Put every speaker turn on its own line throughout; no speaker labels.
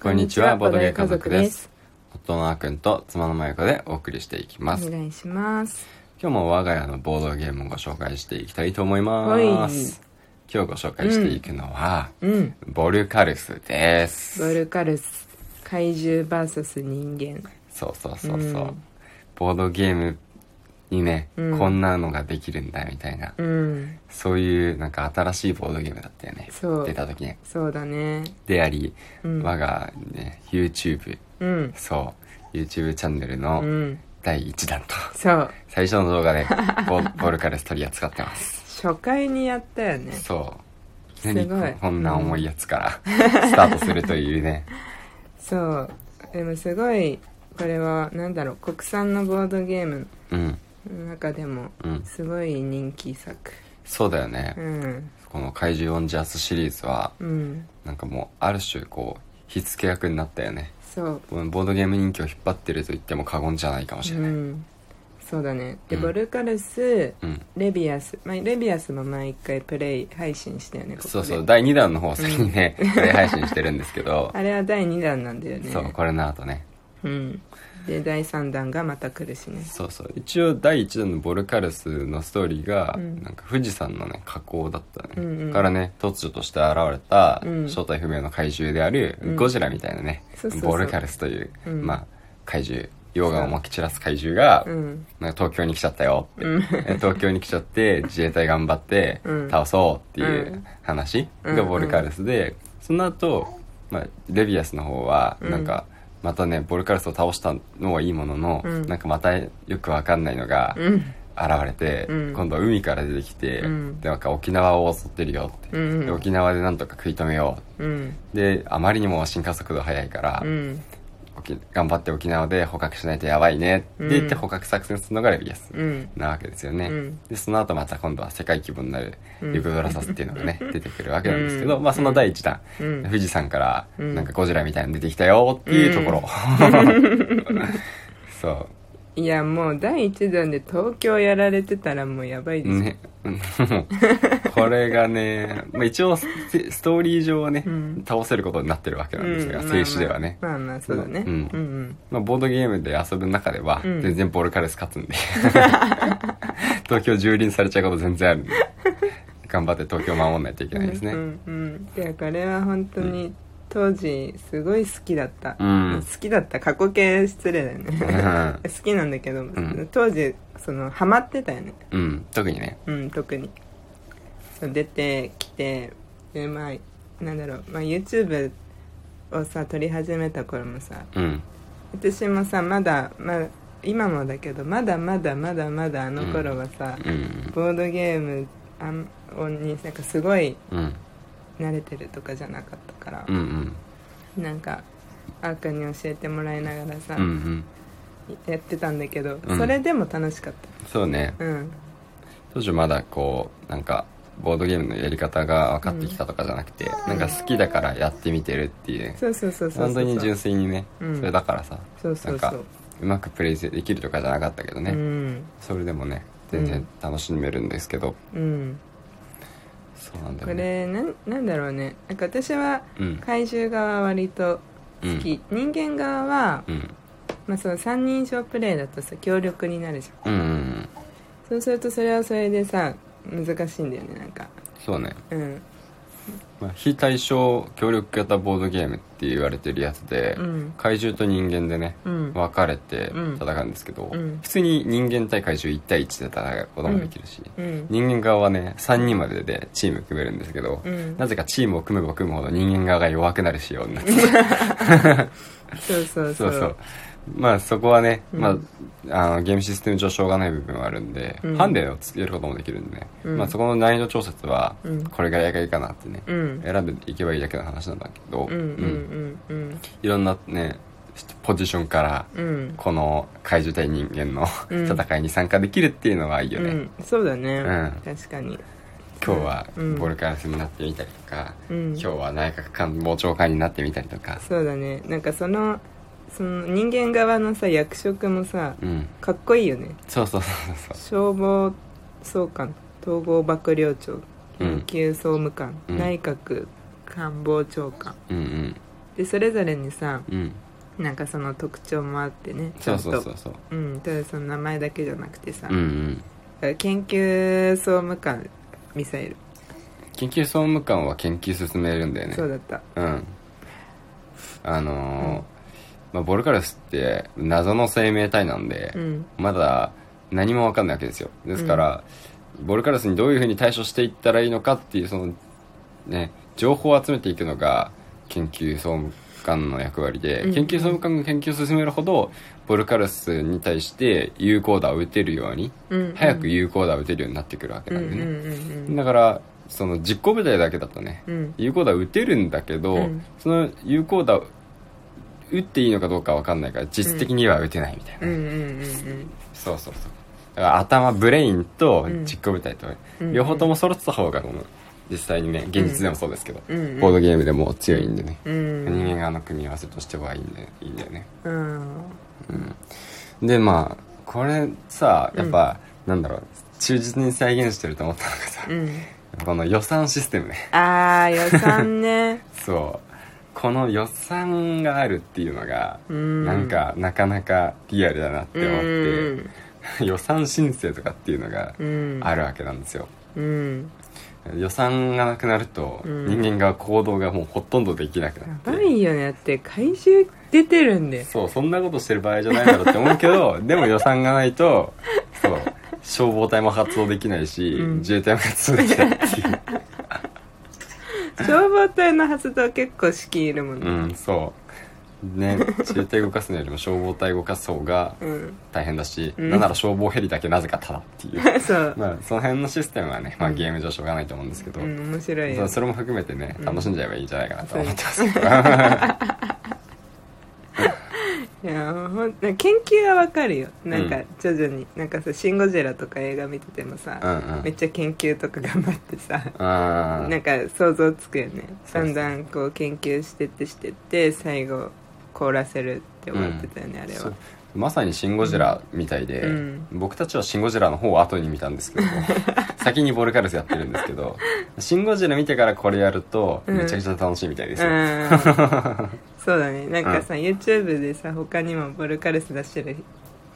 こんにちはボードゲー家族で
ですす。
夫のあくんと妻のまゆこでお送りしていきま
お
す
願いします。
今日も我が家のボードゲームをご紹介していきたいと思います今日ご紹介していくのは、
うん。
ボルカルスで
ボ
す
ルカルス、怪獣バーサス人間。
そうそうそうそう、
うん
ボードゲームにね、
うん
こんなのができるんだみたいな
うん。
そういうなんか新しいボードゲームだったよね
そう
出た時ね
そうだね。
であり、
うん
我が、ね、YouTube
うん。
そう YouTube チャンネル
う
の
ん。
第1弾と、
そう。
最初の動 画でボボルカルス取り扱ってます
初回にやったよね。
そう
すごい
何ここんな重いやつから スタートするというね
そう。でもすごい、これは、なんだろう、国産のボードゲーム
うん
の中でも、
うん
すごい人気作。
そうだよね、
うん。
この怪獣オンジャスシリーズは
うん。
なんかもうある種こう火付け役になったよね
そう。
ボードゲーム人気を引っ張ってると言っても過言じゃないかもし
う
れない、うん
ん。そうだね。で、
うん
ボルカルス、レビアス、まあ、レビアスも毎回プレイ配信したよねここで
そうそう第2弾の方を先にね、プレイ配信してるんですけど、
あれは第2弾なんだ よね
そうこれの後ね
うんで第3弾がまた来るしね
そうそう一応第1弾のボルカルスのストーリーが、
うん
なんか富士山のね火口だったね、
うんうん
からね突如として現れた
うん
正体不明の怪獣である
うん
ゴジラみたいなね、
そうそうそう
ボルカルスという、
うん
まあ怪獣溶岩をまき散らす怪獣が、
うん
なんか東京に来ちゃったよって、で東京に来ちゃ って自衛隊頑張って
うん
倒そうっていううん話
うんう
が
ん
ボルカルスで、その後、まあレビアスの方は
うん
なんか、またねボルカルスを倒したのはいいものの、
うん
なんかまたよくわかんないのが
うん
現れて、
うん
今度は海から出てきて、
うん
でなんか沖縄を襲ってるよって、
うんうん
で沖縄でなんとか食い止めよ
うん
うであまりにも進化速度速いから、
うん
沖頑張って沖縄で捕獲しないとやばいねって言って
うん
捕獲作戦するのがレビアス、
うん
なわけですよね、
うん
でその後また今度は世界規模になる
うん
ユグドラサスっていうのがね、出てくるわけなんですけど、
うん
まあその第1弾、
うん
富士山から
うん
なんかゴジラみたいなの出てきたよっていうところ、そ
いやもう第1弾で東京やられてたらもうやばいで
う
しょ、
ね これがね、まあ、一応スストーリー上はね、
うん
倒せることになってるわけ
う
なんんですが、
まあ
静止ではね、
まあまあそうだね、
うん
うんうん
まあ、ボードゲームで遊ぶ中では
うん
全然ボルカレス勝つ んで、東京蹂躙されちゃうこと全然あるんで頑張って東京守んないといけないですね、
うんうんいやこれは本当に当時すごい好きだった、
うん
好きだった過去形失礼だよね
う
好きなんだけど、
ん
当時そのハマってたよね
うん特にね
うん特にそう出てきてでまあなんだろう、まあ、YouTube をさ撮り始めた頃もさ
うん
私もさまだ、まあ、今もだけどまだまだまだまだあの頃はさ、
うん
ボードゲームあんをになんかすごい
うん
慣れてるとかじゃなかったから
う、ん
なんかあーくんに教えてもらいながらさ、
うんうん
やってたんだけど、
うん
それでも楽しかっ
そうね
たうん
当時まだこうなんかボードゲームのやり方が分かってきたとかじゃなくて、なんか好きだからやってみてるっていうね
そうそうそうそうそう
本当に純粋にね、
うん
それだからさ
そうそう
な
そ
んか
う
うまくプレイできるとかじゃなかったけどね、
うん
それでもね全然楽しめるんですけど、
うん
そうなんだ
こ
よね
れなんなんだろうねなんか私は
うん
怪獣側は割と好き、人間側は、
うん
まあ、その3人称プレイだとさ協力になるじゃん
うんうんうん
そうするとそれはそれでさ難しいんだよねなんか
そうね、
うん
まあ、非対称協力型ボードゲームって言われてるやつで、
うん
怪獣と人間でね
うん
分かれて
うん
戦うんですけど、
うん
普通に人間対怪獣1対1で戦うこともできるし、
うん
人間側はね3人まででチーム組めるんですけど、
うん
なぜかチームを組めば組むほど人間側が弱くなる仕様になって
そうそ
そ
うそうう
そうまあそこはね、
うん
まあ、あのゲームシステム上しょうがない部分はあるんで、
うん
ハンデをつけることもできるんでね、
うん
まあ、そこの難易度調節は
うん
これがやりがいいかなってね、
うん
選んでいけばいいだけの話なんだけど、
う
う
んうんんうん
いろんなねポジションから
うんうん
この怪獣対人間の
うん
戦いに参加できるっていうのはいいよね、
うんそうだね、
うん
確かに
今日は
うん
ボルカラスになってみたりとか、
うん
今日は内閣官房長官になってみたりとか
そうだねなんかそのその人間側のさ役職もさ
うん
かっこいいよね
そうそうそうそう
消防総監統合幕僚長
うん
緊急総務官、
うん
内閣官房長官
うんうん
でそれぞれにさ
うん
なんかその特徴もあってねち
そ
ゃ
うん
と
そうそうそう
うん、ただその名前だけじゃなくてさ、
うんうん
研究総務官ミサイル、
緊急総務官は研究進めるんだよね
そうだった
うんあのーまあ、ボルカルスって謎の生命体なんで、
うん
まだ何も分かんないわけですよですから、ボルカルスにどういうふうに対処していったらいいのかっていうそのね情報を集めていくのが研究総務官の役割で、
うん
研究総務官が研究を進めるほどボルカルスに対して有効打を打てるように、
うん
早く有効打を打てるようになってくるわけ
うん
な
うん
んでね、
うん
だからその実行部隊だけだとね、
うんうん
有効打打てるんだけど、
うん
その有効打打っていいのかどうか分かんないから実質的には打てないみたいな、
うんうんうん
そうそうそうだから頭ブレインと
うん
実行部隊と、
うん
両方とも揃ってた方がこの実際にね現実でもそうですけど、
うんうん
ボードゲームでも強いんでね、
うん
人間側の組み合わせとしてはいいんだよいいんだよね
うん
でまあこれさやっぱ、なんだろう忠実に再現してると思ったのがさ、
うん
この予算システムね
ああ予算ね
そうこの予算があるっていうのが、
うん
なんかなかなかリアルだなって思って、予算申請とかっていうのが
うん
あるわけなんですよ、
うん
予算がなくなると
うん
人間が行動がもうほとんどできなくな
や
って、
ばいよねだって回収出てるんで
そうそんなことしてる場合じゃないだろうって思うけ どでも予算がないとそう消防隊も発動できないし、
うん
自衛隊も発動できないっていう
消防隊の発動結構資金いるもん
う
ね
んそうね自衛隊動かすのよりも消防隊動かす方が
うん
大変だし、
うん
なんなら消防ヘリだけなぜかただっていう、
そう
まあ、その辺のシステムはね、まあ、
うん
ゲーム上しょうがないと思うんですけど、
うん面白い
そ
よ
うそれも含めてね
うん
楽しんじゃえばいいんじゃないかなと思ってます、
いやほん研究はわかるよなん
う
か
ん
徐々になんかさ「シン・ゴジラ」とか映画見ててもさ、
うんうん
めっちゃ研究とか頑張ってさ、
あ
なん
ー
か想像つくよね
そう
だ
そうん
だんこう研究してってしてって最後凍らせるって思ってたよね、あれ
そ
は
うまさに「シン・ゴジラ」みたいで、
うん
僕たちは「シン・ゴジラ」の方を後に見たんですけ ど先にボルカルスやってるんですけど「シン・ゴジラ」見てからこれやると
うん
めちゃくちゃ楽しいみたいです
う
よ、
んそうだねなんかさ、YouTube でさ他にもボルカルス出してる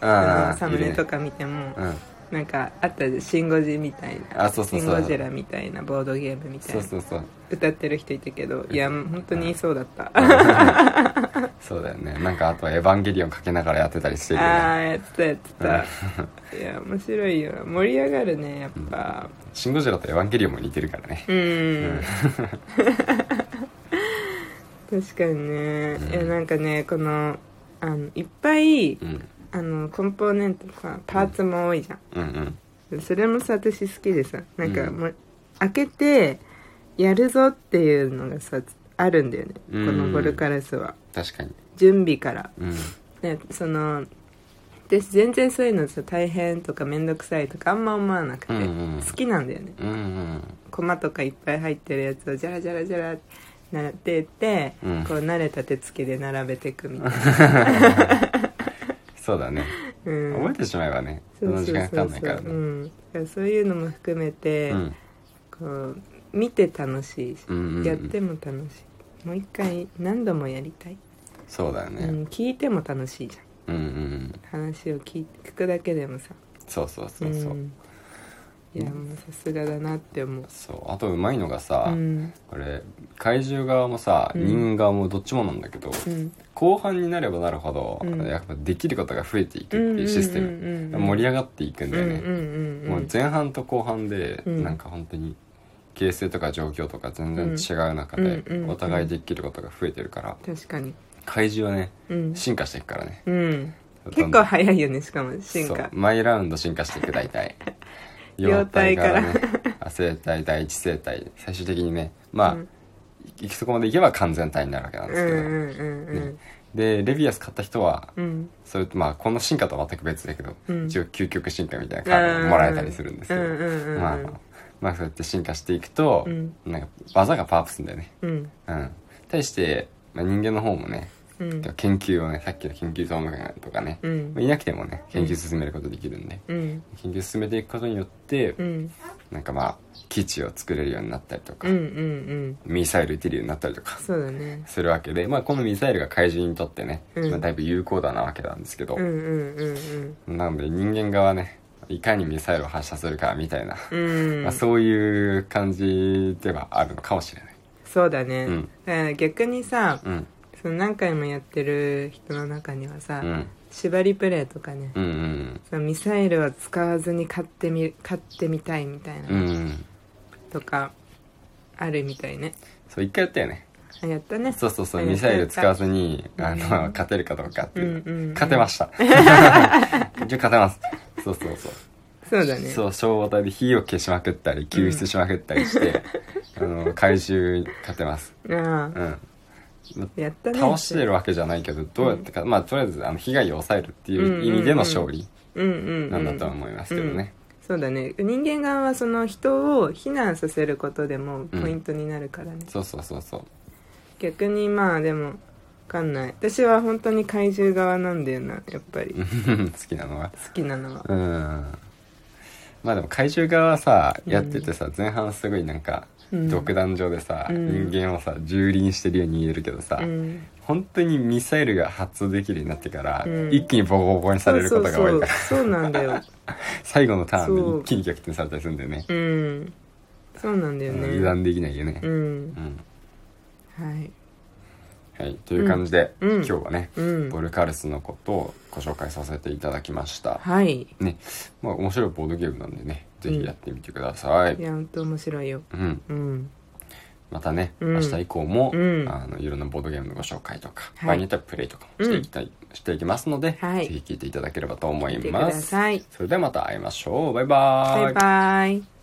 あ
あ
の
ー
サム
い
ネ
いね
とか見ても、
うん
なんかあったじゃんシン・ゴジみたいな
あそうそうそう
シン・ゴジラみたいなボードゲームみた
そ
い
う
な
そうそう
歌ってる人いたけどいや本当にそうだった
そうだよねなんかあとは「エヴァンゲリオン」かけながらやってたりしてるよ
あ
ね
あやってたやってたいや面白いよ盛り上がるねやっぱ
「シン・ゴジラ」と「エヴァンゲリオン」も似てるからね
うん、確かにね、いやなんかねこのあのいっぱい
うん
あのコンポーネントとかパーツも多いじゃん、
うんうん
それもさ私好きでさなんか
うん
もう、開けてやるぞっていうのがさあるんだよね、
うん
このボルカラスは
確かに
準備から
うん
ねその私全然そういうのさ大変とか面倒くさいとかあんま思わなくて、
うんうん
好きなんだよね
うんうん
コマとかいっぱい入ってるやつをジャラジャラジャラなってって、
うん
こう慣れた手つきで並べていくみたい な、
そうだね
うん、
覚えてしまえばねその時間かかんないから
う
ね
ん、だからそういうのも含めて、
うん
こう見て楽しいし、
うんうんうん
やっても楽しいもう一回何度もやりたい、
そうだよ
う
ね
ん、聞いても楽しいじゃん
うんうん
話を聞い聞くだけでもさ
そうそうそうそうん
いやもうさすがだなって思う
そうあとうまいのがさ
うん
これ怪獣側もさ
うん
人間側もどっちもなんだけど
うん
後半になればなるほど
うん
やっぱできることが増えていくっていうシステム盛り上がっていくんだよね
うんうんうん
もう前半と後半で
うん
なんか本当に形勢とか状況とか全然違う中で
うんうんうん
お互いできることが増えてるから
確かに
怪獣はね
うん、
進化していくからね
うん、
どんど
結
ん
構早いよねしかも進
そう
化
毎ラウンド進化していく大体
幼体から
ね亜生体第一生体最終的にねまあ、
うん
行きそこまでいけば完全体になるわけなん
う
です
ん
けど、
うんうんうん
でレビアス買った人は
うん
それとまあこの進化とは全く別だけど、
うん
一応究極進化みたいなカードがもらえたりするんですけど、
うんうんうんうん
まあまあそうやって進化していくと、
うん
なんか技がパワーアップするんだよね
うん
うん対して、まあ、人間の方もね
うん
だから研究をねさっきの研究総務官とかね、
うん
まあいなくてもね研究進めることできるんで、
うん
研究進めていくことによって、
うん
なんかまあ基地を作れるようになったりとか、
うんうんうん
ミサイル撃てるようになったりとか
そうだね
するわけで、まあ、このミサイルが怪獣にとってね、
うん
まあだいぶ有効だなわけなんですけど、
うんうんうん
なので人間側ねいかにミサイルを発射するかみたいな、
うんう
まあ、
ん
そういう感じではあるのかもしれない。
そうだね、
うん
だから逆にさ
うん、
その何回もやってる人の中にはさ、
うん、
縛りプレイとかね、
うん、うん、
そのミサイルを使わずに買ってみ買ってみたいみたいな、
うん、
とかあるみたいね
そう一回やったよね。
あやったね
そうそうそう
あ
ミサイル使わずに
や
あ
った
の
うん
勝てるかどうかっていう、
うんうんうん
勝てま した。一応勝てます。そうそうそう。
そうだね
そう消防隊で火を消しまくったり救出しまくったりして、あの怪獣に勝てます
あ
う
あ
ん
やったね
倒してるわけじゃないけどどうやってか、まあとりあえずあの被害を抑えるっていう意味での勝利
うんうん、うん、
なんだとは思いますけどね
そうだね人間側はその人を避難させることでもポイントになるからね、
そうそうそう そう
逆にまあでもわかんない私は本当に怪獣側なんだよなやっぱり
う
好
ん好きなのは
きなのは
うんまあでも怪獣側はさ
うん
やっててさ前半すごいなんか
うん
独壇場でさ、
うん
人間をさ蹂躙してるように言えるけどさ、
うん
本当にミサイルが発動できるようになってから、
うん
一気にボコボコにされることが多いから
そうそうそうそうなんだよ
最後のターン
そう
で一気に逆転されたりするんだよね
うんそうなんだよね
油断できないよね
う、ん
うん
はい
はい、という感じで、
うんうん
今日はね、
うん
ボルカルスのことをご紹介させていただきました、
はい
ねまあ、面白いボードゲームなんでねぜひやってみてください、
いうや本当面白いよ
ん
うん
またね、
うん
明日以降も、
うん
あのいろんなボードゲームのご紹介とか、
はい
場合によってはプレイとかもしていきたい、していきますので、
はい
ぜひ聞いていただければと思
見
い
てく
ま
だ
す
さい
それではまた会いましょうバイバー
バイバイ